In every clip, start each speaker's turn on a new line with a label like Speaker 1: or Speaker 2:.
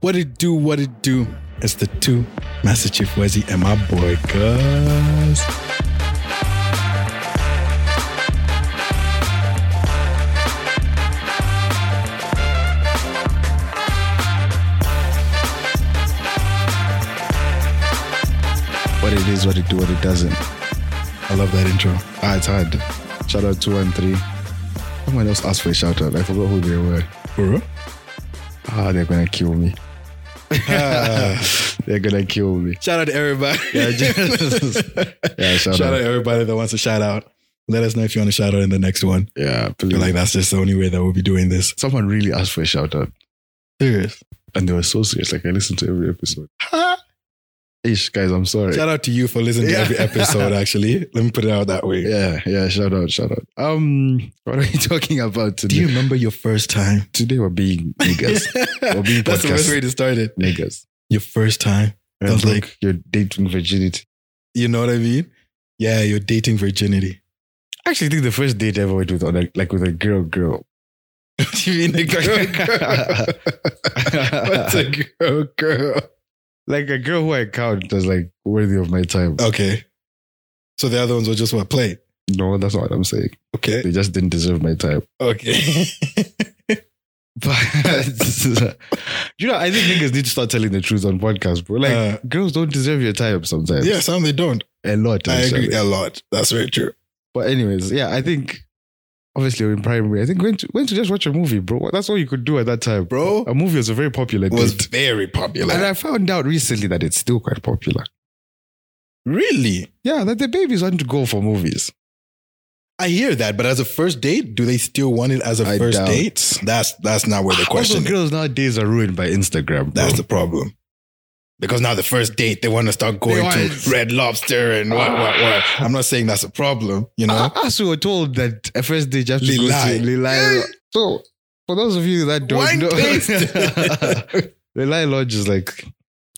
Speaker 1: What it do, what it do. It's the two Master Chief Wezzy and my boy Gus.
Speaker 2: What it is, what it do, what it doesn't. I love that intro. Ah, it's hard. Shout out two and three. Someone else asked for a shout out. I forgot who they were.
Speaker 1: For real?
Speaker 2: Ah, they're gonna kill me. they're gonna kill me.
Speaker 1: Shout out to everybody.
Speaker 2: Yeah, just- Yeah, shout,
Speaker 1: shout out
Speaker 2: out.
Speaker 1: to everybody that wants a shout out. Let us know if you want a shout out in the next one.
Speaker 2: Yeah, please.
Speaker 1: You're like, that's just the only way that we'll be doing this.
Speaker 2: someone really asked for a shout out,
Speaker 1: Serious.
Speaker 2: and they were so serious. Like I listened to every episode. Ish, guys, I'm sorry.
Speaker 1: Shout out to you for listening
Speaker 2: Yeah.
Speaker 1: to every episode, actually. Let me put it out that way.
Speaker 2: Yeah, yeah. Shout out, shout out. Um, what are we talking about
Speaker 1: Do
Speaker 2: today?
Speaker 1: you remember your first time?
Speaker 2: today we're being niggas, Or being
Speaker 1: That's the best
Speaker 2: podcast.
Speaker 1: way to start it.
Speaker 2: niggas.
Speaker 1: Your first time.
Speaker 2: And
Speaker 1: Sounds
Speaker 2: like your dating virginity.
Speaker 1: You know what I mean? Yeah, you're dating virginity.
Speaker 2: I actually think the first date I ever went with, like, like with a girl, girl.
Speaker 1: what you mean a girl? girl?
Speaker 2: What's a girl, girl? Like a girl who I count as like worthy of my time.
Speaker 1: okay. So the other ones were just what play.
Speaker 2: No, that's not what I'm saying.
Speaker 1: Okay.
Speaker 2: They just didn't deserve my time.
Speaker 1: Okay.
Speaker 2: But you know, I think niggas need to start telling the truth on podcasts, bro. Like
Speaker 1: Uh,
Speaker 2: girls don't deserve your time sometimes.
Speaker 1: yeah, some they don't.
Speaker 2: a lot.
Speaker 1: I
Speaker 2: actually.
Speaker 1: agree a lot. That's very true.
Speaker 2: But anyways, yeah, I think obviously in primary, I think went to, went to just watch a movie, bro. That's all you could do at that time,
Speaker 1: Bro.
Speaker 2: A movie was a very popular
Speaker 1: It was
Speaker 2: date.
Speaker 1: very
Speaker 2: And
Speaker 1: popular.
Speaker 2: I found out recently that it's still quite popular.
Speaker 1: Really?
Speaker 2: Yeah, that the babies want to go for movies.
Speaker 1: I hear that, but as a first date, do they still want it as a
Speaker 2: I
Speaker 1: first
Speaker 2: doubt.
Speaker 1: date? Ah, That's that's not where the question
Speaker 2: also,
Speaker 1: is.
Speaker 2: girls nowadays are ruined by Instagram. Bro.
Speaker 1: That's the problem. Because now the first date they want to start going
Speaker 2: want-
Speaker 1: to Red Lobster and what what what. I'm not saying that's a problem, you know.
Speaker 2: I, as we were told that a first date you have to go
Speaker 1: Lilai.
Speaker 2: to Lilai. So for those of you that don't
Speaker 1: Wine
Speaker 2: know,
Speaker 1: taste.
Speaker 2: Lilai Lodge is like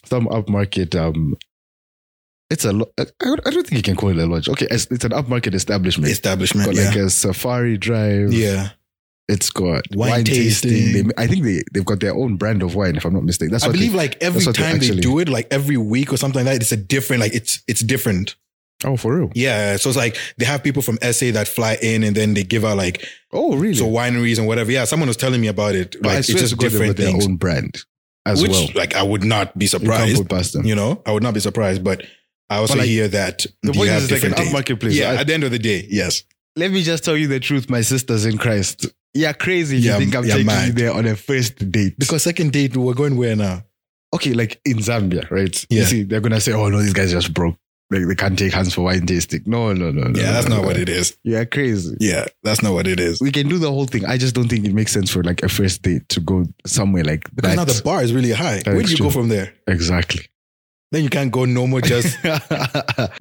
Speaker 2: some upmarket. Um, it's a. lo- I, I don't think you can call it a lodge. Okay, it's, it's an upmarket establishment.
Speaker 1: Establishment,
Speaker 2: got
Speaker 1: yeah.
Speaker 2: like a safari drive.
Speaker 1: yeah.
Speaker 2: It's got
Speaker 1: Wine
Speaker 2: wine, tasting.
Speaker 1: tasting.
Speaker 2: They- I think they, they've got their own brand of wine, if I'm not mistaken. That's
Speaker 1: I
Speaker 2: what they-
Speaker 1: believe like every
Speaker 2: that's what they
Speaker 1: time they,
Speaker 2: actually-
Speaker 1: do it, like every week or something like that, it's a different, like it's it's different.
Speaker 2: oh, for real?
Speaker 1: Yeah. So it's like they have people from SA that fly in and then they give out like
Speaker 2: Oh, really?
Speaker 1: so wineries and whatever. Yeah, someone was telling me about it.
Speaker 2: But
Speaker 1: Like
Speaker 2: I
Speaker 1: it's
Speaker 2: swear
Speaker 1: just
Speaker 2: to God, they've
Speaker 1: different
Speaker 2: got their
Speaker 1: things.
Speaker 2: own brand as
Speaker 1: which uh,
Speaker 2: well.
Speaker 1: like I would not be
Speaker 2: You can't
Speaker 1: surprised.
Speaker 2: put past them.
Speaker 1: You know, I would not be surprised, but I also
Speaker 2: But, like,
Speaker 1: hear that you
Speaker 2: The point
Speaker 1: have
Speaker 2: is, it's like an
Speaker 1: different dates.
Speaker 2: upmarket place.
Speaker 1: Yeah,
Speaker 2: I-
Speaker 1: at the end of the day, yes.
Speaker 2: let me just tell you the truth, my sisters in Christ. Yeah, crazy. if
Speaker 1: Yeah,
Speaker 2: you think I'm
Speaker 1: yeah,
Speaker 2: taking you
Speaker 1: mad.
Speaker 2: there on a first date?
Speaker 1: Because second date, we're going where now?
Speaker 2: okay, like in Zambia, right?
Speaker 1: Yeah.
Speaker 2: You see, they're gonna say, "Oh no, these guys just broke. Like they can't take hands for wine tasting." No, no, no, no.
Speaker 1: Yeah, that's
Speaker 2: no,
Speaker 1: not
Speaker 2: no.
Speaker 1: what it is.
Speaker 2: Yeah, crazy.
Speaker 1: Yeah, that's not what it is.
Speaker 2: We can do the whole thing. I just don't think it makes sense for like a first date to go somewhere like
Speaker 1: Because
Speaker 2: that.
Speaker 1: now the bar is really high.
Speaker 2: That
Speaker 1: Where
Speaker 2: is
Speaker 1: do you go
Speaker 2: true.
Speaker 1: from there?
Speaker 2: exactly.
Speaker 1: Then you can't go no more just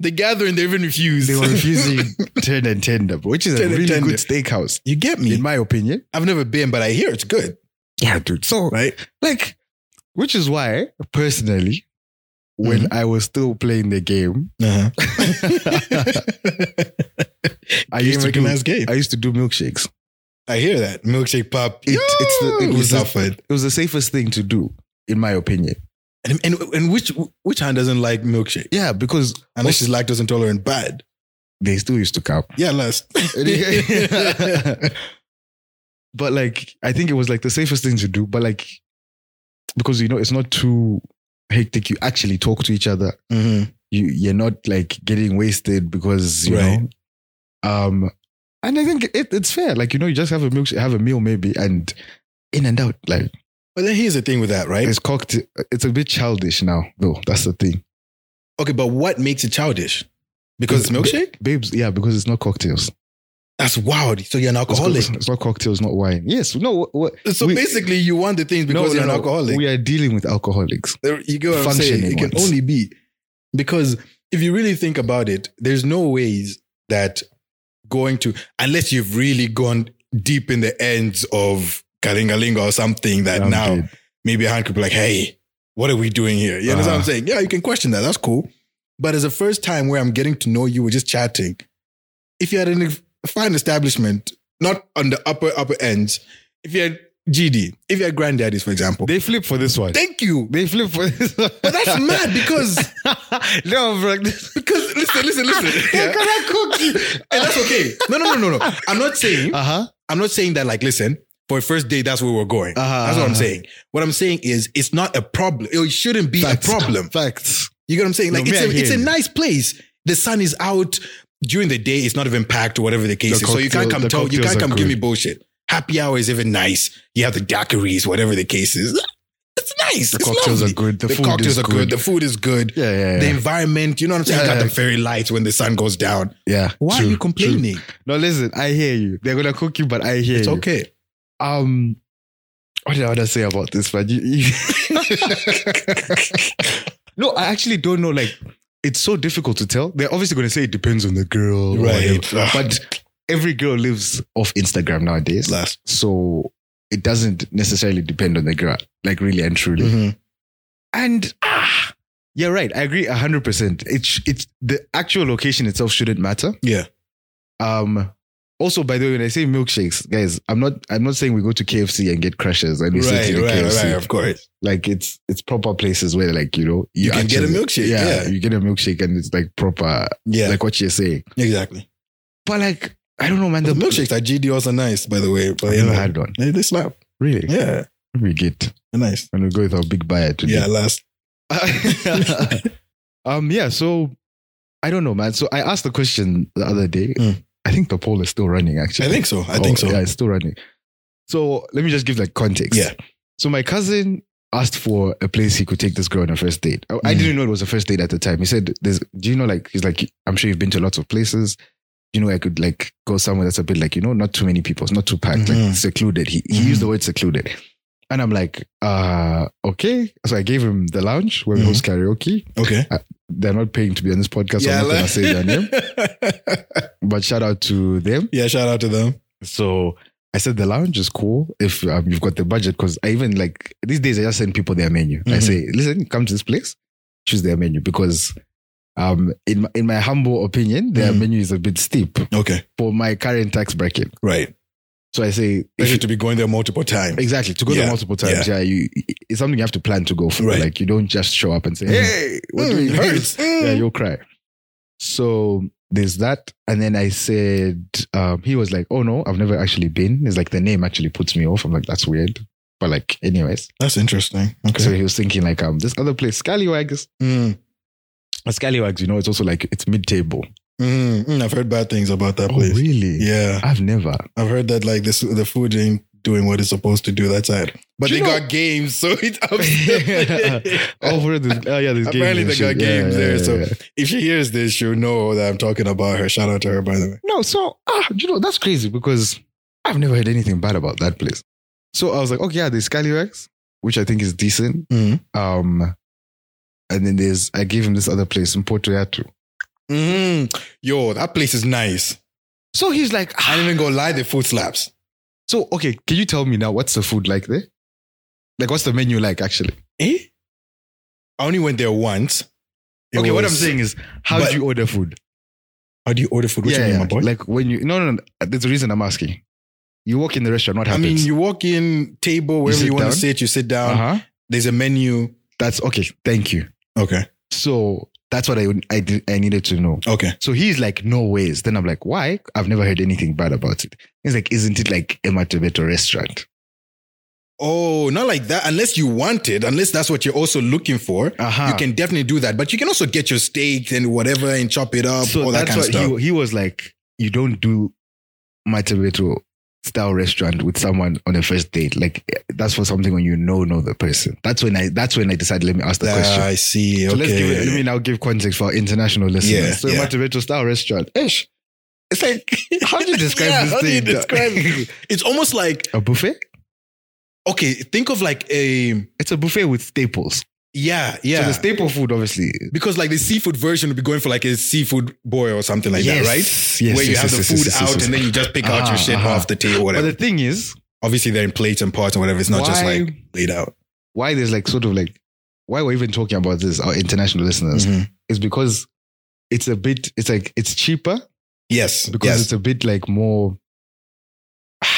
Speaker 1: the gathering, they even refuse.
Speaker 2: they were refusing Turn and Tender, which is
Speaker 1: Turn
Speaker 2: a
Speaker 1: and
Speaker 2: really
Speaker 1: Tender.
Speaker 2: good steakhouse,
Speaker 1: you get
Speaker 2: in
Speaker 1: me.
Speaker 2: my opinion.
Speaker 1: I've never been, but I hear it's good,
Speaker 2: Yeah, dude. So
Speaker 1: right?
Speaker 2: like which is why personally when
Speaker 1: Mm-hmm.
Speaker 2: i was still playing the game
Speaker 1: Uh-huh.
Speaker 2: i
Speaker 1: Used
Speaker 2: used
Speaker 1: to
Speaker 2: to
Speaker 1: do
Speaker 2: do
Speaker 1: nice game.
Speaker 2: i used to do milkshakes
Speaker 1: I hear that milkshake pop.
Speaker 2: It- it's the- it
Speaker 1: Yo!
Speaker 2: was
Speaker 1: We
Speaker 2: the-
Speaker 1: suffered.
Speaker 2: it was the safest thing to do in my opinion
Speaker 1: And, and and which which hand doesn't like milkshake
Speaker 2: yeah because
Speaker 1: unless she's lactose intolerant? Bad.
Speaker 2: they still used to cup
Speaker 1: Yeah, last.
Speaker 2: but like i think it was like the safest thing to do but like because you know it's not too hectic you actually talk to each other
Speaker 1: Mm-hmm.
Speaker 2: you you're not like getting wasted because you
Speaker 1: Right.
Speaker 2: know um and i think it, it's fair like you know you just have a milk have a meal maybe and in and out like
Speaker 1: But then here's the thing with that, right?
Speaker 2: it's cocked it's a bit childish now though that's the thing
Speaker 1: Okay, but what makes it childish? Because it's milkshake?
Speaker 2: babes yeah because it's not cocktails
Speaker 1: That's wild. So you're an
Speaker 2: it's,
Speaker 1: alcoholic.
Speaker 2: it's not cocktails not wine yes no what, what
Speaker 1: So
Speaker 2: We-
Speaker 1: basically, you want the things because
Speaker 2: no,
Speaker 1: you're
Speaker 2: no,
Speaker 1: an
Speaker 2: no.
Speaker 1: alcoholic.
Speaker 2: we are dealing with alcoholics
Speaker 1: There- you get what I'm saying?
Speaker 2: Functioning
Speaker 1: It can
Speaker 2: ones.
Speaker 1: only be because if you really think about it, there's no ways that going to unless you've really gone deep in the ends of Kalingalinga or something that
Speaker 2: Um,
Speaker 1: now
Speaker 2: dude.
Speaker 1: maybe a hand could be like, hey, what are we doing here? You know what I'm
Speaker 2: Uh-huh.
Speaker 1: saying? Yeah, you can question that. That's cool. But as a first time where I'm getting to know you, we're just chatting. If you had an- a fine establishment, not on the upper, upper ends, if you had GD, if your granddaddies, for example,
Speaker 2: They flip for this one.
Speaker 1: thank you.
Speaker 2: They flip for this one.
Speaker 1: But that's mad because
Speaker 2: no, bro. This,
Speaker 1: because listen, listen, listen.
Speaker 2: yeah.
Speaker 1: Yeah. And that's okay. No, no, no, no, no. I'm not saying
Speaker 2: Uh-huh.
Speaker 1: I'm not saying that like listen for a first date that's where we're going.
Speaker 2: Uh-huh,
Speaker 1: that's what I'm
Speaker 2: uh-huh.
Speaker 1: saying. What I'm saying is it's not a problem. It shouldn't be
Speaker 2: Facts.
Speaker 1: a problem.
Speaker 2: Facts.
Speaker 1: You get what I'm saying?
Speaker 2: No,
Speaker 1: Like
Speaker 2: me,
Speaker 1: it's,
Speaker 2: I
Speaker 1: a,
Speaker 2: hear
Speaker 1: it's a
Speaker 2: you.
Speaker 1: nice place. The sun is out during the day. It's not even packed or whatever the case
Speaker 2: The
Speaker 1: is. so you can't
Speaker 2: cocktail-
Speaker 1: come
Speaker 2: the
Speaker 1: tell you can't
Speaker 2: cocktails are
Speaker 1: come give me
Speaker 2: good.
Speaker 1: bullshit. Happy hour is even nice. You have the daiquiris, whatever the case is. It's nice.
Speaker 2: The
Speaker 1: it's
Speaker 2: cocktails
Speaker 1: lovely.
Speaker 2: are good. The,
Speaker 1: The,
Speaker 2: food
Speaker 1: cocktails
Speaker 2: is
Speaker 1: are good. The food is good.
Speaker 2: yeah, yeah,
Speaker 1: The
Speaker 2: yeah.
Speaker 1: environment, you know what I'm saying?
Speaker 2: Yeah,
Speaker 1: you got
Speaker 2: yeah.
Speaker 1: the fairy lights when the sun goes down.
Speaker 2: yeah.
Speaker 1: Why
Speaker 2: True,
Speaker 1: are you
Speaker 2: true.
Speaker 1: complaining?
Speaker 2: No, listen, I hear you. They're gonna cook you, but I hear
Speaker 1: It's
Speaker 2: you.
Speaker 1: okay.
Speaker 2: Um, what did I want to say about this, man? You- you- no, I actually don't know. Like, it's so difficult to tell. They're obviously gonna say it depends on the girl, or whatever.
Speaker 1: Right.
Speaker 2: But every girl lives off Instagram nowadays,
Speaker 1: last.
Speaker 2: so it doesn't necessarily depend on the girl, like really and truly. And ah, you're right. I agree hundred percent. It's it's the actual location itself shouldn't matter.
Speaker 1: Yeah.
Speaker 2: Um. Also, by the way, when I say milkshakes, guys, I'm not I'm not saying we go to KFC and get crushes and we sit
Speaker 1: Right,
Speaker 2: in the
Speaker 1: right,
Speaker 2: KFC.
Speaker 1: right. Of course.
Speaker 2: Like it's it's proper places where like you know
Speaker 1: You can get a milkshake, yeah.
Speaker 2: you get a milkshake and it's like proper,
Speaker 1: Yeah,
Speaker 2: like what you're saying.
Speaker 1: exactly.
Speaker 2: But like I don't know, man.
Speaker 1: The
Speaker 2: The,
Speaker 1: milkshakes at GD also nice, by the way. But
Speaker 2: I've
Speaker 1: you
Speaker 2: never
Speaker 1: know,
Speaker 2: had one.
Speaker 1: they, they slap.
Speaker 2: Really,
Speaker 1: Yeah,
Speaker 2: we get
Speaker 1: they're nice.
Speaker 2: and we go with our big buyer today.
Speaker 1: Yeah, last.
Speaker 2: um, yeah, so I don't know, man. So I asked the question the other day.
Speaker 1: Mm.
Speaker 2: I think the poll is still running,
Speaker 1: I
Speaker 2: actually.
Speaker 1: think so. I think
Speaker 2: Oh,
Speaker 1: so.
Speaker 2: Yeah, it's still running. So let me just give like context.
Speaker 1: Yeah.
Speaker 2: So my cousin asked for a place he could take this girl on a first date. I, I
Speaker 1: Mm.
Speaker 2: didn't know it was a first date at the time. He said, "There's, do you know like he's like I'm sure you've been to lots of places. You know I could like go somewhere that's a bit like you know not too many people, it's not too packed,
Speaker 1: Mhm.
Speaker 2: like secluded." He he
Speaker 1: Mhm.
Speaker 2: used the word secluded, and I'm like, uh, okay. So I gave him the lounge where
Speaker 1: Mhm.
Speaker 2: we host karaoke.
Speaker 1: Okay.
Speaker 2: They're not paying to be on this podcast. so
Speaker 1: yeah,
Speaker 2: I'm not gonna
Speaker 1: like-
Speaker 2: say their name, but shout out to them.
Speaker 1: yeah, shout out to them.
Speaker 2: So I said the lounge is cool if um, you've got the budget because I even like these days I just send people their menu. I
Speaker 1: Mhm.
Speaker 2: say, listen, come to this place, choose their menu because um in my, in my humble opinion their
Speaker 1: Mhm.
Speaker 2: menu is a bit steep
Speaker 1: Okay,
Speaker 2: for my current tax bracket.
Speaker 1: right.
Speaker 2: So I say if
Speaker 1: Especially
Speaker 2: you-
Speaker 1: to be going there multiple times.
Speaker 2: exactly to go there
Speaker 1: Yeah.
Speaker 2: multiple times. Yeah, you it's something you have to plan to go for.
Speaker 1: Right.
Speaker 2: Like you don't just show up and say,
Speaker 1: Mhm.
Speaker 2: hey, what do
Speaker 1: Mm,
Speaker 2: we
Speaker 1: hurts.
Speaker 2: Mm-hmm. yeah,
Speaker 1: Mm.
Speaker 2: you'll cry. So there's that. And then I said, um, he was like, oh no, I've never actually been. It's like the name actually puts me off. I'm like, that's weird. But like, anyways.
Speaker 1: That's interesting.
Speaker 2: So
Speaker 1: Okay.
Speaker 2: he was thinking like, um, this other place, Scallywags.
Speaker 1: Mm.
Speaker 2: Scallywags, you know, it's also like, it's mid-table.
Speaker 1: Mm. Mm. I've heard bad things about that
Speaker 2: Oh,
Speaker 1: place.
Speaker 2: really?
Speaker 1: Yeah,
Speaker 2: I've never.
Speaker 1: I've heard that like this, the food ain't doing what it's supposed to do. That side, but
Speaker 2: Do
Speaker 1: they
Speaker 2: you know-
Speaker 1: got games, so it's
Speaker 2: Over the, oh yeah, there's games.
Speaker 1: Apparently
Speaker 2: and
Speaker 1: they got
Speaker 2: shit.
Speaker 1: games there, so-
Speaker 2: yeah.
Speaker 1: If she hears this, she'll know that I'm talking about her. Shout out to her, by the way.
Speaker 2: No, so ah, you know that's crazy because I've never heard anything bad about that place. So I was like, okay, yeah, there's Scallywags, which I think is decent.
Speaker 1: Mhm.
Speaker 2: Um, and then there's I gave him this other place in Porto Yato.
Speaker 1: Mm. Yo, that place is nice.
Speaker 2: So he's like,
Speaker 1: I
Speaker 2: ah.
Speaker 1: didn't even go lie, the food slaps.
Speaker 2: so okay, can you tell me now what's the food like there? Like, what's the menu like actually?
Speaker 1: Eh? I only went there once. It
Speaker 2: okay, what I'm
Speaker 1: was-
Speaker 2: saying is, how
Speaker 1: but-
Speaker 2: do you order food?
Speaker 1: how do you order food? What you mean, my boy?
Speaker 2: like when you no no, no there's a reason I'm asking. You walk in the restaurant, what
Speaker 1: I
Speaker 2: happens?
Speaker 1: mean, you walk in, table, wherever
Speaker 2: sit
Speaker 1: you, want
Speaker 2: down?
Speaker 1: to sit, you sit down.
Speaker 2: uh huh.
Speaker 1: There's a menu.
Speaker 2: That's okay. Thank you.
Speaker 1: Okay.
Speaker 2: So that's what I I did, I needed to know.
Speaker 1: Okay.
Speaker 2: So he's like, no ways. Then I'm like, why? I've never heard anything bad about it. He's like, isn't it like a Matabeto restaurant?
Speaker 1: Oh, not like that. Unless you want it, unless that's what you're also looking for,
Speaker 2: Uh-huh.
Speaker 1: you can definitely do that. But you can also get your steak and whatever and chop it up,
Speaker 2: so
Speaker 1: all that
Speaker 2: that's
Speaker 1: kind of
Speaker 2: what
Speaker 1: stuff.
Speaker 2: he, he was like, you don't do Matabeto style restaurant with someone on a first date. Like that's for something when you know know the person. That's when I that's when I decided let me ask the
Speaker 1: Ah,
Speaker 2: question.
Speaker 1: I see.
Speaker 2: So
Speaker 1: okay.
Speaker 2: let's give it, let me now give context for our international listeners.
Speaker 1: Yeah,
Speaker 2: so
Speaker 1: yeah.
Speaker 2: Matabeto style restaurant. Ish. It's like how do you describe
Speaker 1: Yeah,
Speaker 2: this
Speaker 1: how do you
Speaker 2: thing?
Speaker 1: describe it? It's almost like
Speaker 2: a buffet?
Speaker 1: okay. Think of like a
Speaker 2: It's a buffet with staples.
Speaker 1: yeah, yeah.
Speaker 2: So the staple food, obviously.
Speaker 1: because like the seafood version would be going for like a seafood boil or something like that, right?
Speaker 2: Yes,
Speaker 1: Where you
Speaker 2: yes,
Speaker 1: have
Speaker 2: yes,
Speaker 1: the
Speaker 2: yes,
Speaker 1: food
Speaker 2: yes, yes,
Speaker 1: out
Speaker 2: yes.
Speaker 1: and then you just pick out
Speaker 2: Uh-huh,
Speaker 1: your shit
Speaker 2: uh-huh.
Speaker 1: off the table,
Speaker 2: But
Speaker 1: whatever.
Speaker 2: the thing is,
Speaker 1: Obviously, they're in plates and parts and whatever. It's not
Speaker 2: why,
Speaker 1: just like laid out.
Speaker 2: why there's like sort of like why we're even talking about this, our international listeners,
Speaker 1: Mm-hmm.
Speaker 2: is because it's a bit. It's like it's cheaper
Speaker 1: Yes,
Speaker 2: because
Speaker 1: yes.
Speaker 2: it's a bit like more.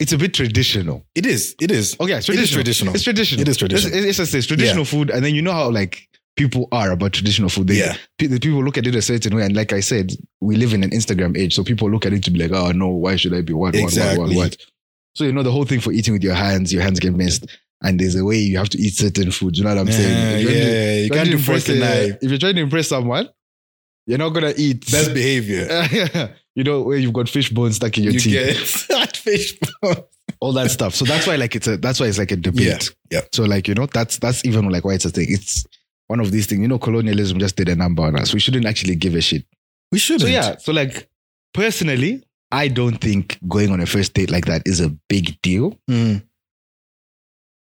Speaker 2: It's a bit traditional.
Speaker 1: It is. It is.
Speaker 2: Okay, it's
Speaker 1: It is
Speaker 2: traditional.
Speaker 1: traditional.
Speaker 2: It's traditional.
Speaker 1: It is traditional.
Speaker 2: It's, it's, it's, it's traditional food, and then you know how like people are about traditional food. They,
Speaker 1: Yeah.
Speaker 2: pe- the people look at it a certain way, and like I said, we live in an Instagram age, so people look at it to be like, oh no, why should I be what what what
Speaker 1: Exactly.
Speaker 2: what what? So you know the whole thing for eating with your hands, your hands get messed, and there's a way you have to eat certain foods. You know what I'm
Speaker 1: Yeah,
Speaker 2: saying? If you're trying to-
Speaker 1: yeah, you
Speaker 2: trying
Speaker 1: can't
Speaker 2: to
Speaker 1: do fork and
Speaker 2: a-
Speaker 1: knife.
Speaker 2: If you're trying to impress someone, you're not gonna eat.
Speaker 1: That's behavior.
Speaker 2: you know where you've got fish bones stuck in your
Speaker 1: you
Speaker 2: teeth
Speaker 1: get fat fish.
Speaker 2: all that stuff. So that's why like it's a that's why it's like a debate.
Speaker 1: Yeah, yeah.
Speaker 2: So like you know that's that's even like why it's a thing. It's one of these things. You know, colonialism just did a number on us. We shouldn't actually give a shit.
Speaker 1: We shouldn't.
Speaker 2: So yeah. So like personally, I don't think going on a first date like that is a big deal.
Speaker 1: Mm.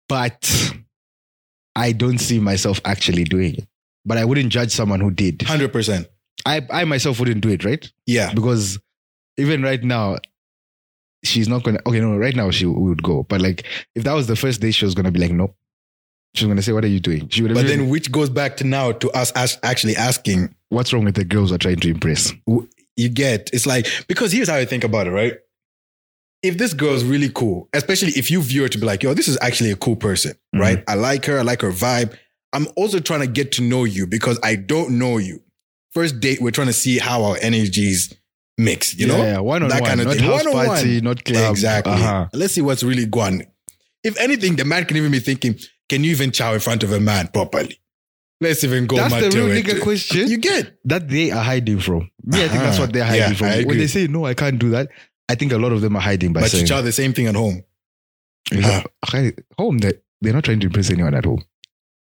Speaker 2: But I don't see myself actually doing it. But I wouldn't judge someone who did.
Speaker 1: 100%.
Speaker 2: I I myself wouldn't do it, right?
Speaker 1: Yeah.
Speaker 2: because even right now she's not gonna okay no right now she would go but like if that was the first day she was gonna be like no she's gonna say what are you doing she would have
Speaker 1: But
Speaker 2: been,
Speaker 1: then, which goes back to now to us as actually asking,
Speaker 2: what's wrong with the girls are trying to impress
Speaker 1: you get it's like because here's how I think about it, right? If this girl's really cool, especially if you view her to be like, yo, this is actually a cool person,
Speaker 2: Mhm.
Speaker 1: right? I like her, I like her vibe. I'm also trying to get to know you because I don't know you. First date, we're trying to see how our energies mix, you know?
Speaker 2: yeah one on
Speaker 1: that
Speaker 2: one
Speaker 1: kind of
Speaker 2: not
Speaker 1: thing.
Speaker 2: house
Speaker 1: One-on-one.
Speaker 2: party not club
Speaker 1: exactly.
Speaker 2: uh-huh.
Speaker 1: Let's see what's really going. If anything, the man can even be thinking, can you even chow in front of a man properly? Let's even go.
Speaker 2: that's the
Speaker 1: Mateo,
Speaker 2: real
Speaker 1: into
Speaker 2: nigga
Speaker 1: it.
Speaker 2: question
Speaker 1: You get
Speaker 2: that they are hiding from me I think that's
Speaker 1: Uh-huh.
Speaker 2: what they're hiding
Speaker 1: Yeah,
Speaker 2: from
Speaker 1: I
Speaker 2: when
Speaker 1: agree.
Speaker 2: they say no I can't do that I think a lot of them are hiding by
Speaker 1: but Ah. you
Speaker 2: saying
Speaker 1: chow the same thing at home. Uh,
Speaker 2: Yeah. Okay, home they they're not trying to impress anyone at home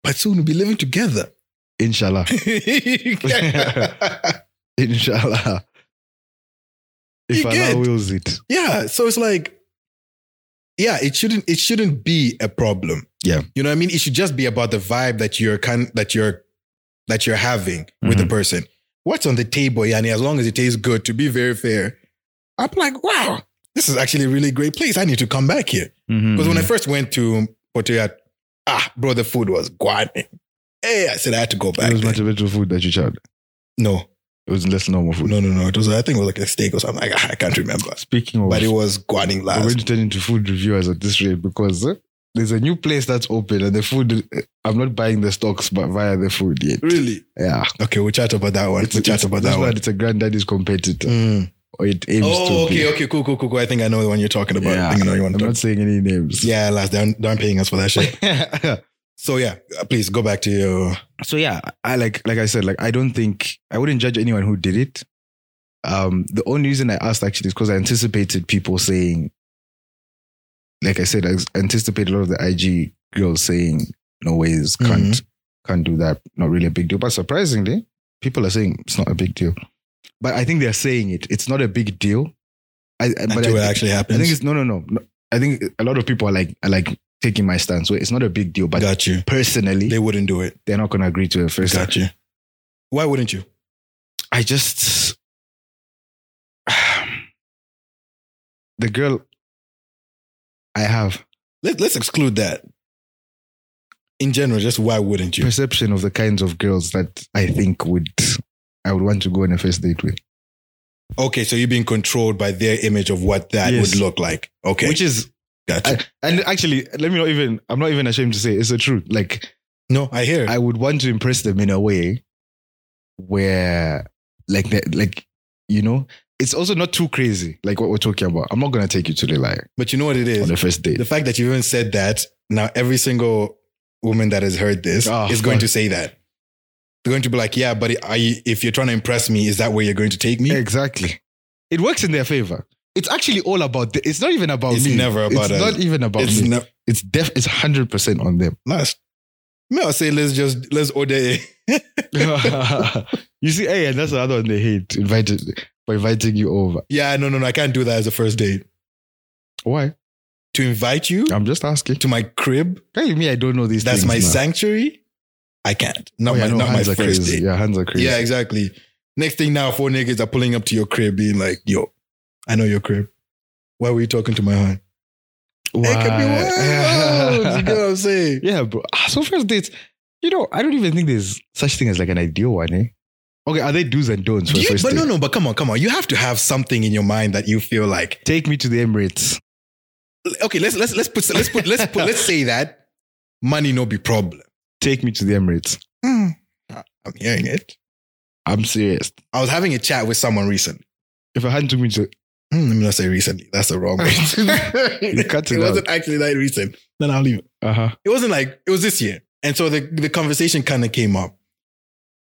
Speaker 1: But soon we'll be living together.
Speaker 2: inshallah
Speaker 1: You get-
Speaker 2: Inshallah. If
Speaker 1: You
Speaker 2: Allah
Speaker 1: get-
Speaker 2: wills it.
Speaker 1: Yeah. So it's like, yeah, it shouldn't it shouldn't be a problem.
Speaker 2: Yeah.
Speaker 1: You know what I mean? It should just be about the vibe that you're kind that you're that you're having with
Speaker 2: Mm-hmm.
Speaker 1: the person. What's on the table, Yani, as long as it tastes good, to be very fair. I'm like, wow, this is actually a really great place. I need to come back here.
Speaker 2: Mm-hmm.
Speaker 1: Because when I first went to Portoya, ah, bro, the food was guarding. Hey, I said I had to go back.
Speaker 2: it was
Speaker 1: there.
Speaker 2: much better food that you tried.
Speaker 1: no,
Speaker 2: It was less normal food.
Speaker 1: no, no, no. It was I think it was like a steak or something. I, I can't remember.
Speaker 2: Speaking of,
Speaker 1: But it was guarding
Speaker 2: we're
Speaker 1: last.
Speaker 2: going to turn into food reviewers at this rate because eh, there's a new place that's open and the food. eh, I'm not buying the stocks, but via the food yet.
Speaker 1: Really?
Speaker 2: Yeah,
Speaker 1: Okay, we'll chat about that one.
Speaker 2: It's-
Speaker 1: we'll chat
Speaker 2: it's-
Speaker 1: about
Speaker 2: this
Speaker 1: that one.
Speaker 2: It's a granddaddy's competitor, or it aims
Speaker 1: Oh,
Speaker 2: to be.
Speaker 1: okay, okay, cool, cool, cool, cool. I think I know the one you're talking about. I
Speaker 2: Yeah,
Speaker 1: think I know you want
Speaker 2: I'm
Speaker 1: to talk.
Speaker 2: not saying any names.
Speaker 1: Yeah, last they're, they're paying us for that shit.
Speaker 2: Yeah.
Speaker 1: so yeah, uh, please go back to your
Speaker 2: so yeah i like like i said like i don't think i wouldn't judge anyone who did it um the only reason i asked actually is because i anticipated people saying like i said i anticipated a lot of the ig girls saying no ways can't can't do that not really a big deal but surprisingly people are saying it's not a big deal but i think they're saying it it's not a big deal i I- but
Speaker 1: until
Speaker 2: I,
Speaker 1: it actually
Speaker 2: I
Speaker 1: happens.
Speaker 2: think it's no no no no. i think a lot of people are like are like taking my stance where it's not a big deal but
Speaker 1: got you.
Speaker 2: personally
Speaker 1: They wouldn't do it.
Speaker 2: they're not going to agree to it first
Speaker 1: Got you. Why wouldn't you?
Speaker 2: I just the girl I have
Speaker 1: Let, let's exclude that. In general, just why wouldn't you?
Speaker 2: perception of the kinds of girls that I think would I would want to go on a first date with,
Speaker 1: Okay, so you're being controlled by their image of what that
Speaker 2: Yes.
Speaker 1: would look like. Okay,
Speaker 2: which is
Speaker 1: gotcha.
Speaker 2: I- and actually let me not even I'm not even ashamed to say it's the truth. Like
Speaker 1: no, I hear. it.
Speaker 2: I would want to impress them in a way where like that like you know it's also not too crazy like what we're talking about. I'm not gonna take you to the liar
Speaker 1: but you know what it is.
Speaker 2: on the first date.
Speaker 1: the fact that you even said that now every single woman that has heard this
Speaker 2: Oh,
Speaker 1: is going
Speaker 2: God.
Speaker 1: to say that they're going to be like yeah but are you, if you're trying to impress me is that where you're going to take me
Speaker 2: Exactly. It works in their favor. It's actually all about. The, it's not even about
Speaker 1: It's
Speaker 2: me.
Speaker 1: never about
Speaker 2: It's
Speaker 1: us.
Speaker 2: not even about
Speaker 1: it's
Speaker 2: me.
Speaker 1: not
Speaker 2: it's def. It's hundred percent on them.
Speaker 1: nice may i say let's just let's order a
Speaker 2: you see, hey, and that's another one they hate. Invited by inviting you over.
Speaker 1: yeah no no no i can't do that as a first date
Speaker 2: Why?
Speaker 1: to invite you
Speaker 2: I'm just asking.
Speaker 1: to my crib
Speaker 2: Tell me, I don't know these.
Speaker 1: that's
Speaker 2: things
Speaker 1: my
Speaker 2: now.
Speaker 1: sanctuary i can't not
Speaker 2: Oh, yeah,
Speaker 1: my
Speaker 2: no,
Speaker 1: not my
Speaker 2: hands are
Speaker 1: first
Speaker 2: crazy.
Speaker 1: date
Speaker 2: Yeah, hands are crazy.
Speaker 1: yeah exactly next thing now four niggas are pulling up to your crib being like yo i know your crib why were you talking to my hand It could be wild. you get what I'm saying?
Speaker 2: yeah, bro. Ah, So first dates, you know, I don't even think there's such thing as like an ideal one. Eh? Okay, are they do's and don'ts for
Speaker 1: Do you-
Speaker 2: first
Speaker 1: but
Speaker 2: date?
Speaker 1: no, no, but come on, come on. You have to have something in your mind that you feel like,
Speaker 2: Take me to the Emirates.
Speaker 1: okay, let's let's let's put let's put let's put let's say that money no be problem.
Speaker 2: Take me to the Emirates.
Speaker 1: I'm hearing it.
Speaker 2: I'm serious.
Speaker 1: I was having a chat with someone recently.
Speaker 2: If I hadn't took me to,
Speaker 1: Hmm, let me not say recently. That's the wrong word.
Speaker 2: You cut it
Speaker 1: it
Speaker 2: out.
Speaker 1: wasn't actually that recent. Then I'll leave. it.
Speaker 2: uh huh.
Speaker 1: It wasn't like it was this year, and so the the conversation kind of came up,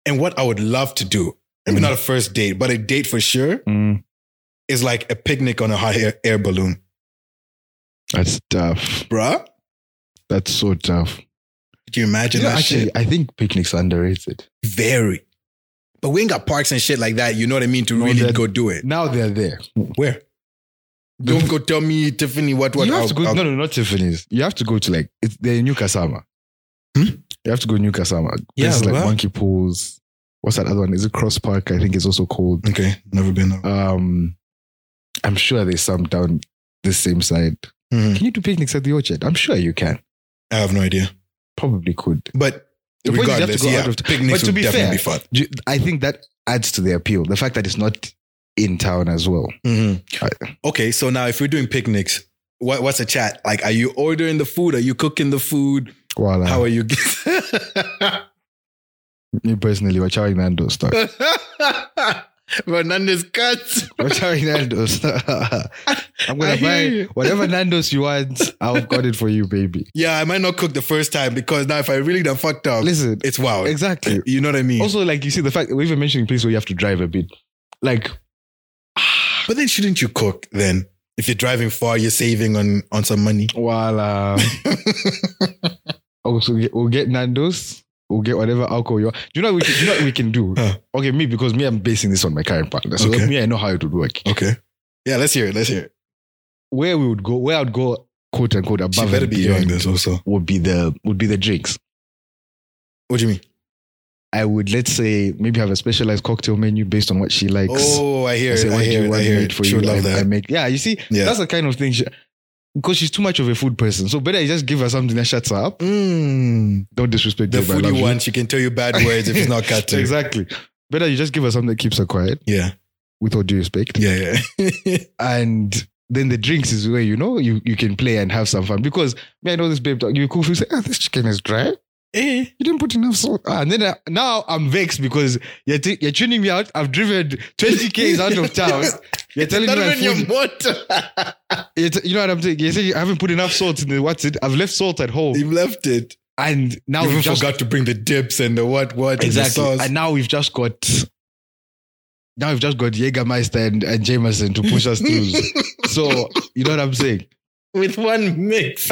Speaker 1: and what I would love to do. Maybe
Speaker 2: Mhm.
Speaker 1: not a first date, but a date for sure
Speaker 2: Mm,
Speaker 1: is like a picnic on a hot air, air balloon,
Speaker 2: that's tough.
Speaker 1: bruh.
Speaker 2: That's so tough.
Speaker 1: Could you imagine
Speaker 2: You know,
Speaker 1: that
Speaker 2: actually,
Speaker 1: shit?
Speaker 2: I think picnics are underrated.
Speaker 1: Very. But we ain't got parks and shit like that. You know what I mean? To
Speaker 2: No,
Speaker 1: really
Speaker 2: that-
Speaker 1: go do it.
Speaker 2: Now they're there.
Speaker 1: Where? Don't go tell me, Tiffany, what what.
Speaker 2: you have
Speaker 1: I'll-
Speaker 2: to go.
Speaker 1: I'll-
Speaker 2: no, no, not Tiffany's. You have to go to like it's, they're in New Kasama.
Speaker 1: Hmm?
Speaker 2: You have to go to New Kasama.
Speaker 1: Yeah,
Speaker 2: Places like
Speaker 1: bruh.
Speaker 2: Monkey Pools. What's that other one? Is it Cross Park? I think it's also called.
Speaker 1: Okay, never been there.
Speaker 2: Um, I'm sure there's some down the same side.
Speaker 1: Mhm.
Speaker 2: Can you do picnics at the orchard? I'm sure you can.
Speaker 1: I have no idea.
Speaker 2: Probably could.
Speaker 1: But
Speaker 2: The point is you have to
Speaker 1: regardless,
Speaker 2: go
Speaker 1: yeah,
Speaker 2: out of-
Speaker 1: picnics
Speaker 2: But to
Speaker 1: would
Speaker 2: be
Speaker 1: definitely
Speaker 2: fair-
Speaker 1: be fun.
Speaker 2: Do you- I think that adds to the appeal. The fact that it's not in town as well.
Speaker 1: Mhm. Okay, so now if we're doing picnics, what, what's a chat like? Are you ordering the food? Are you cooking the food?
Speaker 2: Voila.
Speaker 1: How are you? Get-
Speaker 2: Me personally, we're chowing Nando's stuff.
Speaker 1: Fernandez cuts.
Speaker 2: We're chowing Nando's. I'm
Speaker 1: I
Speaker 2: gonna
Speaker 1: hear
Speaker 2: buy
Speaker 1: you.
Speaker 2: whatever Nando's you want. I've got it for you, baby.
Speaker 1: Yeah, I might not cook the first time because now if I really done fucked up,
Speaker 2: Listen,
Speaker 1: it's wild.
Speaker 2: exactly.
Speaker 1: You know what I mean?
Speaker 2: Also, like you see, the fact that we're even mentioning places where you have to drive a bit. Like,
Speaker 1: but then shouldn't you cook then? If you're driving far, you're saving on on some money.
Speaker 2: voila. also, we'll get Nando's. We'll get whatever alcohol you want. Do you know what we can, do? You know what we can do?
Speaker 1: Huh.
Speaker 2: Okay, me because me, I'm basing this on my current partner. So
Speaker 1: Okay.
Speaker 2: me, I know how it would work.
Speaker 1: okay. Yeah, let's hear it. Let's hear it.
Speaker 2: Where we would go, where I'd go, quote unquote,
Speaker 1: She
Speaker 2: above
Speaker 1: better
Speaker 2: and
Speaker 1: be hearing
Speaker 2: beyond
Speaker 1: this also.
Speaker 2: would be the would be the drinks.
Speaker 1: What do you mean?
Speaker 2: I would let's say maybe have a specialized cocktail menu based on what she likes.
Speaker 1: Oh, I hear
Speaker 2: I
Speaker 1: it.
Speaker 2: say,
Speaker 1: I
Speaker 2: what do
Speaker 1: hear
Speaker 2: you
Speaker 1: it. I
Speaker 2: want
Speaker 1: hear
Speaker 2: made
Speaker 1: it.
Speaker 2: for
Speaker 1: She
Speaker 2: you?
Speaker 1: would love
Speaker 2: I, I
Speaker 1: that.
Speaker 2: make. Yeah, you see,
Speaker 1: Yeah.
Speaker 2: that's the kind of thing. She, because she's too much of a food person, so better you just give her something that shuts her up.
Speaker 1: Mm.
Speaker 2: Don't disrespect
Speaker 1: The
Speaker 2: her, but I
Speaker 1: food
Speaker 2: love
Speaker 1: you want, she can tell you bad words if it's not cut to.
Speaker 2: exactly. Better you just give her something that keeps her quiet,
Speaker 1: Yeah.
Speaker 2: with all due respect.
Speaker 1: Yeah. Yeah.
Speaker 2: And then the drinks is where you know you, you can play and have some fun because me I know this babe. You cook, you say, ah, this chicken is dry.
Speaker 1: eh.
Speaker 2: you didn't put enough salt. Ah, and then I, now I'm vexed because you're, t- you're tuning me out. I've driven 20 Ks out of town. You're telling me
Speaker 1: Not
Speaker 2: my
Speaker 1: even your
Speaker 2: food,
Speaker 1: motor.
Speaker 2: you're t- you know what I'm saying? You're saying I haven't put enough salt in the what's it? I've left salt at home.
Speaker 1: You've left it.
Speaker 2: And now
Speaker 1: You
Speaker 2: we've
Speaker 1: even
Speaker 2: just
Speaker 1: forgot to bring the dips and the what what
Speaker 2: exactly.
Speaker 1: and the sauce.
Speaker 2: And now we've just got now we've just got Jägermeister and, and Jameson to push us through. so you know what I'm saying?
Speaker 1: With one mix.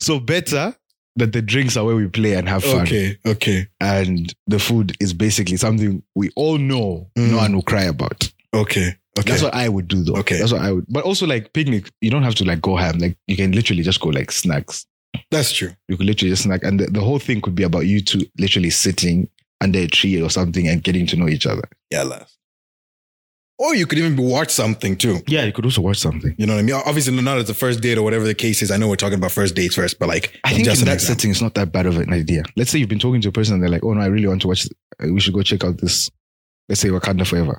Speaker 2: so better that the drinks are where we play and have fun.
Speaker 1: okay. Okay.
Speaker 2: and the food is basically something we all know
Speaker 1: Mm.
Speaker 2: no one will cry about.
Speaker 1: Okay. Okay.
Speaker 2: That's what I would do though.
Speaker 1: Okay.
Speaker 2: That's what I would. But also like picnic, you don't have to like go ham. Like you can literally just go like snacks.
Speaker 1: That's true.
Speaker 2: You could literally just snack. And the, the whole thing could be about you two literally sitting under a tree or something and getting to know each other.
Speaker 1: Yeah, last. Or you could even watch something too.
Speaker 2: Yeah, you could also watch something.
Speaker 1: You know what I mean? Obviously, not as the first date or whatever the case is. I know we're talking about first dates first, but like,
Speaker 2: I think
Speaker 1: just
Speaker 2: in
Speaker 1: an
Speaker 2: that
Speaker 1: example.
Speaker 2: setting, it's not that bad of an idea. Let's say you've been talking to a person and they're like, oh no, I really want to watch, uh, we should go check out this, let's say Wakanda Forever.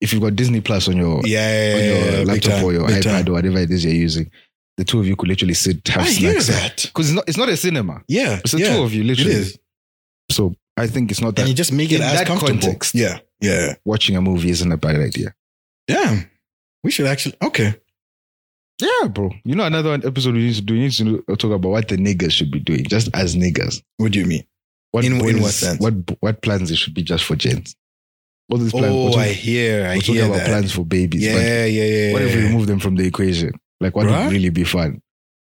Speaker 2: If you've got Disney Plus on your,
Speaker 1: yeah,
Speaker 2: on
Speaker 1: yeah, yeah,
Speaker 2: your
Speaker 1: yeah, big
Speaker 2: laptop
Speaker 1: time,
Speaker 2: or your
Speaker 1: big
Speaker 2: iPad
Speaker 1: time.
Speaker 2: or whatever it is you're using, the two of you could literally sit, have
Speaker 1: I hear
Speaker 2: snacks.
Speaker 1: that.
Speaker 2: Because it's not, it's not a cinema.
Speaker 1: Yeah,
Speaker 2: It's the
Speaker 1: yeah,
Speaker 2: two of you,
Speaker 1: it
Speaker 2: literally.
Speaker 1: is.
Speaker 2: So I think it's not
Speaker 1: And
Speaker 2: that
Speaker 1: you just make it
Speaker 2: in
Speaker 1: as
Speaker 2: that
Speaker 1: comfortable.
Speaker 2: context.
Speaker 1: Yeah, yeah,
Speaker 2: watching a movie isn't a bad idea.
Speaker 1: damn. We should actually okay.
Speaker 2: Yeah, bro. You know, another one episode we need to do, we need to talk about what the niggas should be doing, just as niggas.
Speaker 1: What do you mean?
Speaker 2: What
Speaker 1: In- in
Speaker 2: boys-
Speaker 1: what sense?
Speaker 2: What, what plans it should be just for gents. All these plans. we're
Speaker 1: oh,
Speaker 2: talking-
Speaker 1: I hear, I
Speaker 2: we're talking
Speaker 1: hear
Speaker 2: about
Speaker 1: that.
Speaker 2: plans for babies.
Speaker 1: yeah, yeah, yeah,
Speaker 2: But
Speaker 1: yeah.
Speaker 2: what if we remove them from the equation? Like, what
Speaker 1: Bruh?
Speaker 2: would really be fun?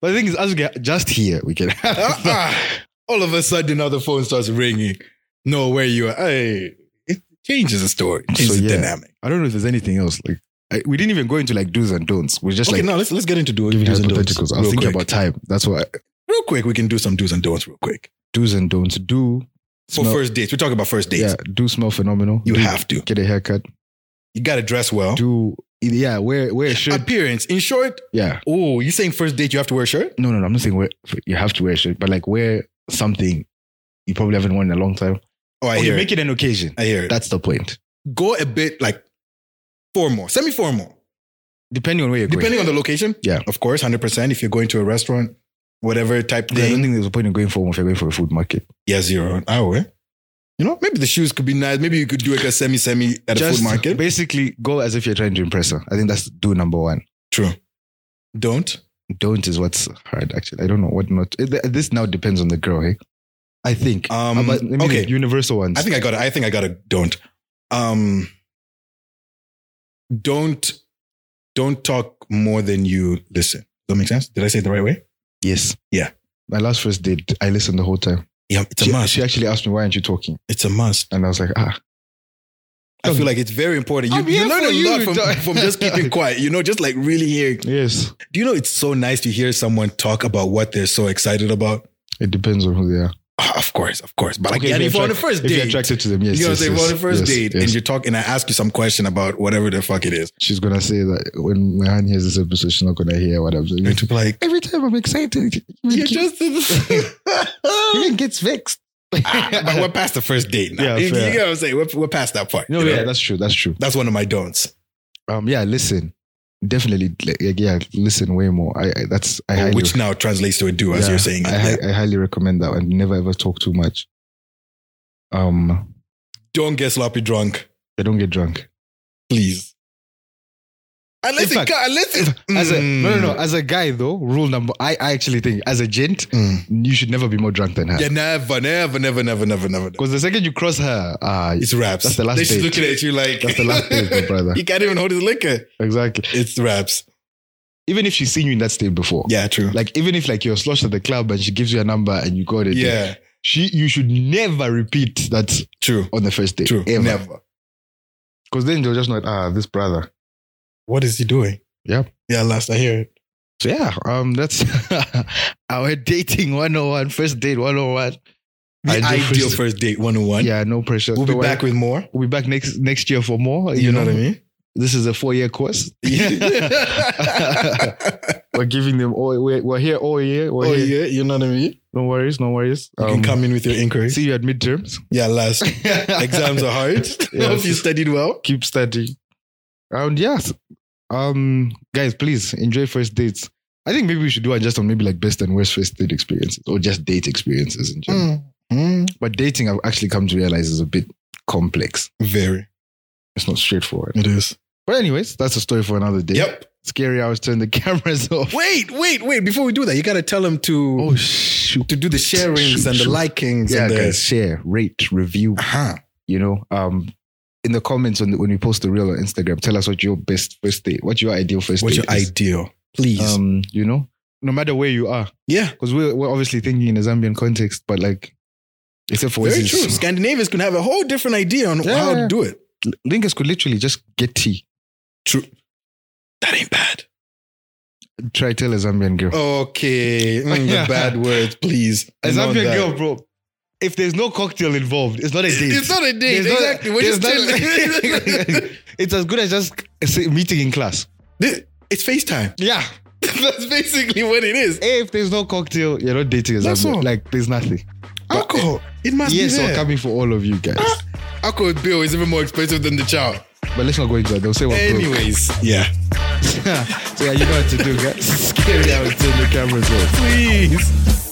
Speaker 2: But the thing is, as we get just here, we can have
Speaker 1: Ah, All of a sudden, now the phone starts ringing. No, where you are? Hey, it changes the story. Changes the
Speaker 2: So, yeah.
Speaker 1: dynamic.
Speaker 2: I don't know if there's anything else. Like, I, we didn't even go into like do's and don'ts. We're just
Speaker 1: okay,
Speaker 2: like
Speaker 1: now let's let's get into do,
Speaker 2: giving
Speaker 1: do's and don'ts.
Speaker 2: hypotheticals. I was
Speaker 1: real
Speaker 2: thinking
Speaker 1: quick.
Speaker 2: about time. That's why
Speaker 1: real quick. We can do some do's and don'ts real quick
Speaker 2: do's and don'ts. Do
Speaker 1: for
Speaker 2: Smell-
Speaker 1: first dates. We're talking about first dates.
Speaker 2: Yeah, do smell phenomenal.
Speaker 1: You
Speaker 2: Do
Speaker 1: have to.
Speaker 2: get a haircut.
Speaker 1: You got to dress well.
Speaker 2: Do yeah, wear wear a shirt.
Speaker 1: Appearance, in short.
Speaker 2: yeah,
Speaker 1: Oh, you saying first date you have to wear a shirt?
Speaker 2: no, no, no. I'm not saying wear. You have to wear a shirt, but like wear something you probably haven't worn in a long time.
Speaker 1: Oh, I
Speaker 2: Or
Speaker 1: hear.
Speaker 2: you
Speaker 1: it.
Speaker 2: make it an occasion.
Speaker 1: I hear it.
Speaker 2: That's the point.
Speaker 1: go a bit like formal, semi formal.
Speaker 2: depending on where you're
Speaker 1: Depending on
Speaker 2: going.
Speaker 1: the location,
Speaker 2: Yeah.
Speaker 1: of course, hundred percent. If you're going to a restaurant, whatever type
Speaker 2: I don't
Speaker 1: thing,
Speaker 2: think there's a point in going for one if you're going for a food market.
Speaker 1: yeah, zero. Oh, eh? you know, maybe the shoes could be nice. Maybe you could do like a semi semi at a
Speaker 2: Just
Speaker 1: food market.
Speaker 2: Basically, go as if you're trying to impress her. I think that's do number one.
Speaker 1: True. Don't.
Speaker 2: Don't is what's hard, actually. I don't know what not. it- This now depends on the girl, hey? I think.
Speaker 1: Um,
Speaker 2: Uh, but let me
Speaker 1: okay.
Speaker 2: read universal ones.
Speaker 1: I think I got. I think I got a don't. Um, don't don't talk more than you listen. Does that make sense? Did I say it the right way?
Speaker 2: Yes.
Speaker 1: Yeah.
Speaker 2: My last first date, I listened the whole time.
Speaker 1: Yeah, it's a
Speaker 2: She,
Speaker 1: must.
Speaker 2: she actually asked me, why aren't you talking?
Speaker 1: It's a must.
Speaker 2: And I was like, ah.
Speaker 1: I feel like it's very important. You,
Speaker 2: I'm here
Speaker 1: you learn
Speaker 2: for
Speaker 1: a
Speaker 2: you,
Speaker 1: lot
Speaker 2: dog.
Speaker 1: from, from just keeping quiet. You know, just like really hearing.
Speaker 2: Yes.
Speaker 1: Do you know it's so nice to hear someone talk about what they're so excited about?
Speaker 2: It depends on who they are.
Speaker 1: Ah, of course, of course. But like,
Speaker 2: Okay, if
Speaker 1: and
Speaker 2: you're
Speaker 1: if you're on the
Speaker 2: attract-
Speaker 1: first
Speaker 2: If you're
Speaker 1: date,
Speaker 2: attracted to them, yes.
Speaker 1: you know,
Speaker 2: yes,
Speaker 1: say if
Speaker 2: yes,
Speaker 1: we're on the first
Speaker 2: yes,
Speaker 1: date,
Speaker 2: yes.
Speaker 1: and you talk, and I ask you some question about whatever the fuck it is,
Speaker 2: she's gonna say that when my hand hears this episode, she's not gonna hear what I'm saying.
Speaker 1: you're to be like,
Speaker 2: Every time I'm excited,
Speaker 1: you
Speaker 2: you
Speaker 1: just did the
Speaker 2: even gets vexed.
Speaker 1: Ah, but we're past the first date now.
Speaker 2: Yeah,
Speaker 1: you, you
Speaker 2: fair.
Speaker 1: know what I'm saying? We're, we're past that part.
Speaker 2: no,
Speaker 1: you know?
Speaker 2: yeah, that's true. That's true.
Speaker 1: that's one of my don'ts.
Speaker 2: Um, yeah, listen, definitely, like, yeah, listen way more. I, I that's I highly,
Speaker 1: Oh, Which now translates to a do, as
Speaker 2: yeah,
Speaker 1: you're saying.
Speaker 2: I,
Speaker 1: it.
Speaker 2: hi- I highly recommend that and never ever talk too much. Um,
Speaker 1: Don't get sloppy drunk,
Speaker 2: they don't get drunk.
Speaker 1: please. Unless
Speaker 2: In
Speaker 1: it
Speaker 2: fact-
Speaker 1: ca- unless it,
Speaker 2: As a, no, no, no.
Speaker 1: Mm.
Speaker 2: As a guy, though, rule number, I, I actually think as a gent,
Speaker 1: Mm.
Speaker 2: you should never be more drunk than her.
Speaker 1: Yeah, never, never, never, never, never, never.
Speaker 2: Because the second you cross her, ah,
Speaker 1: It's raps.
Speaker 2: That's the last
Speaker 1: They're just
Speaker 2: date.
Speaker 1: looking at you like
Speaker 2: That's the last date, my brother.
Speaker 1: you can't even hold his liquor.
Speaker 2: exactly.
Speaker 1: It's raps.
Speaker 2: Even if she's seen you in that state before,
Speaker 1: Yeah, true.
Speaker 2: like even if like you're sloshed at the club and she gives you a number and you got it,
Speaker 1: yeah,
Speaker 2: she you should never repeat that
Speaker 1: true.
Speaker 2: on the first date,
Speaker 1: True.
Speaker 2: ever.
Speaker 1: Never.
Speaker 2: Because then they'll just know, ah, this brother.
Speaker 1: What is he doing?
Speaker 2: Yep.
Speaker 1: Yeah, last I hear it.
Speaker 2: So yeah, um, that's our dating 101, first date 101.
Speaker 1: The
Speaker 2: Ideal
Speaker 1: ideal
Speaker 2: first-
Speaker 1: first, date 101.
Speaker 2: Yeah, no pressure.
Speaker 1: We'll be
Speaker 2: Don't worry.
Speaker 1: back with more.
Speaker 2: We'll be back next next year for more.
Speaker 1: You, know, what I mean?
Speaker 2: This is a four year course. we're giving them all. We're, we're here all year. We're
Speaker 1: oh yeah,
Speaker 2: here.
Speaker 1: you know what I mean?
Speaker 2: No worries. No worries.
Speaker 1: You can come in with your inquiries.
Speaker 2: Um, See you at midterms.
Speaker 1: Yeah, last exams are hard. Hope you studied well.
Speaker 2: keep studying. And yes, um, guys, please enjoy first dates. I think maybe we should do one just on maybe like best and worst first date experiences or just date experiences in general.
Speaker 1: Mm,
Speaker 2: But dating, I've actually come to realize is a bit complex.
Speaker 1: Very.
Speaker 2: It's not straightforward.
Speaker 1: It is.
Speaker 2: But anyways, that's a story for another day.
Speaker 1: Yep.
Speaker 2: Scary hours turn the cameras off.
Speaker 1: Wait, wait, wait. Before we do that, you gotta tell him to
Speaker 2: Oh shoot.
Speaker 1: to do the sharings and the likings
Speaker 2: Yeah,
Speaker 1: and the
Speaker 2: guys, share, rate, review.
Speaker 1: uh-huh.
Speaker 2: You know, um, in the comments on the, when we post the reel on Instagram, tell us what your best first date, what your ideal first
Speaker 1: what's
Speaker 2: date
Speaker 1: your
Speaker 2: is.
Speaker 1: ideal please
Speaker 2: um, you know, no matter where you are,
Speaker 1: yeah
Speaker 2: because we're, we're obviously thinking in a Zambian context, but like, except for
Speaker 1: very
Speaker 2: Wes's-
Speaker 1: true Scandinavians can have a whole different idea on
Speaker 2: Yeah,
Speaker 1: how
Speaker 2: yeah.
Speaker 1: to do it
Speaker 2: Linkers could literally just get tea.
Speaker 1: true that ain't bad
Speaker 2: Try tell a Zambian girl.
Speaker 1: okay mm, the bad words please
Speaker 2: a
Speaker 1: None
Speaker 2: Zambian
Speaker 1: that.
Speaker 2: girl, bro. If there's no cocktail involved, it's not a date.
Speaker 1: it's not a date
Speaker 2: There's not-
Speaker 1: exactly we're just
Speaker 2: there's
Speaker 1: telling
Speaker 2: not- it's as good as just say, meeting in class.
Speaker 1: This- it's FaceTime
Speaker 2: Yeah.
Speaker 1: that's basically what it is
Speaker 2: If there's no cocktail, you're not dating a
Speaker 1: That's all.
Speaker 2: Zambian. Like, there's nothing. eh,
Speaker 1: alcohol uh, it must
Speaker 2: yes,
Speaker 1: be
Speaker 2: we're
Speaker 1: there
Speaker 2: coming for all of you guys.
Speaker 1: alcohol bill is even more expensive than the child
Speaker 2: But let's not go into that. They'll say we're broke.
Speaker 1: anyways yeah
Speaker 2: so yeah, you know what to do, guys. Scary how to turn the cameras off.
Speaker 1: please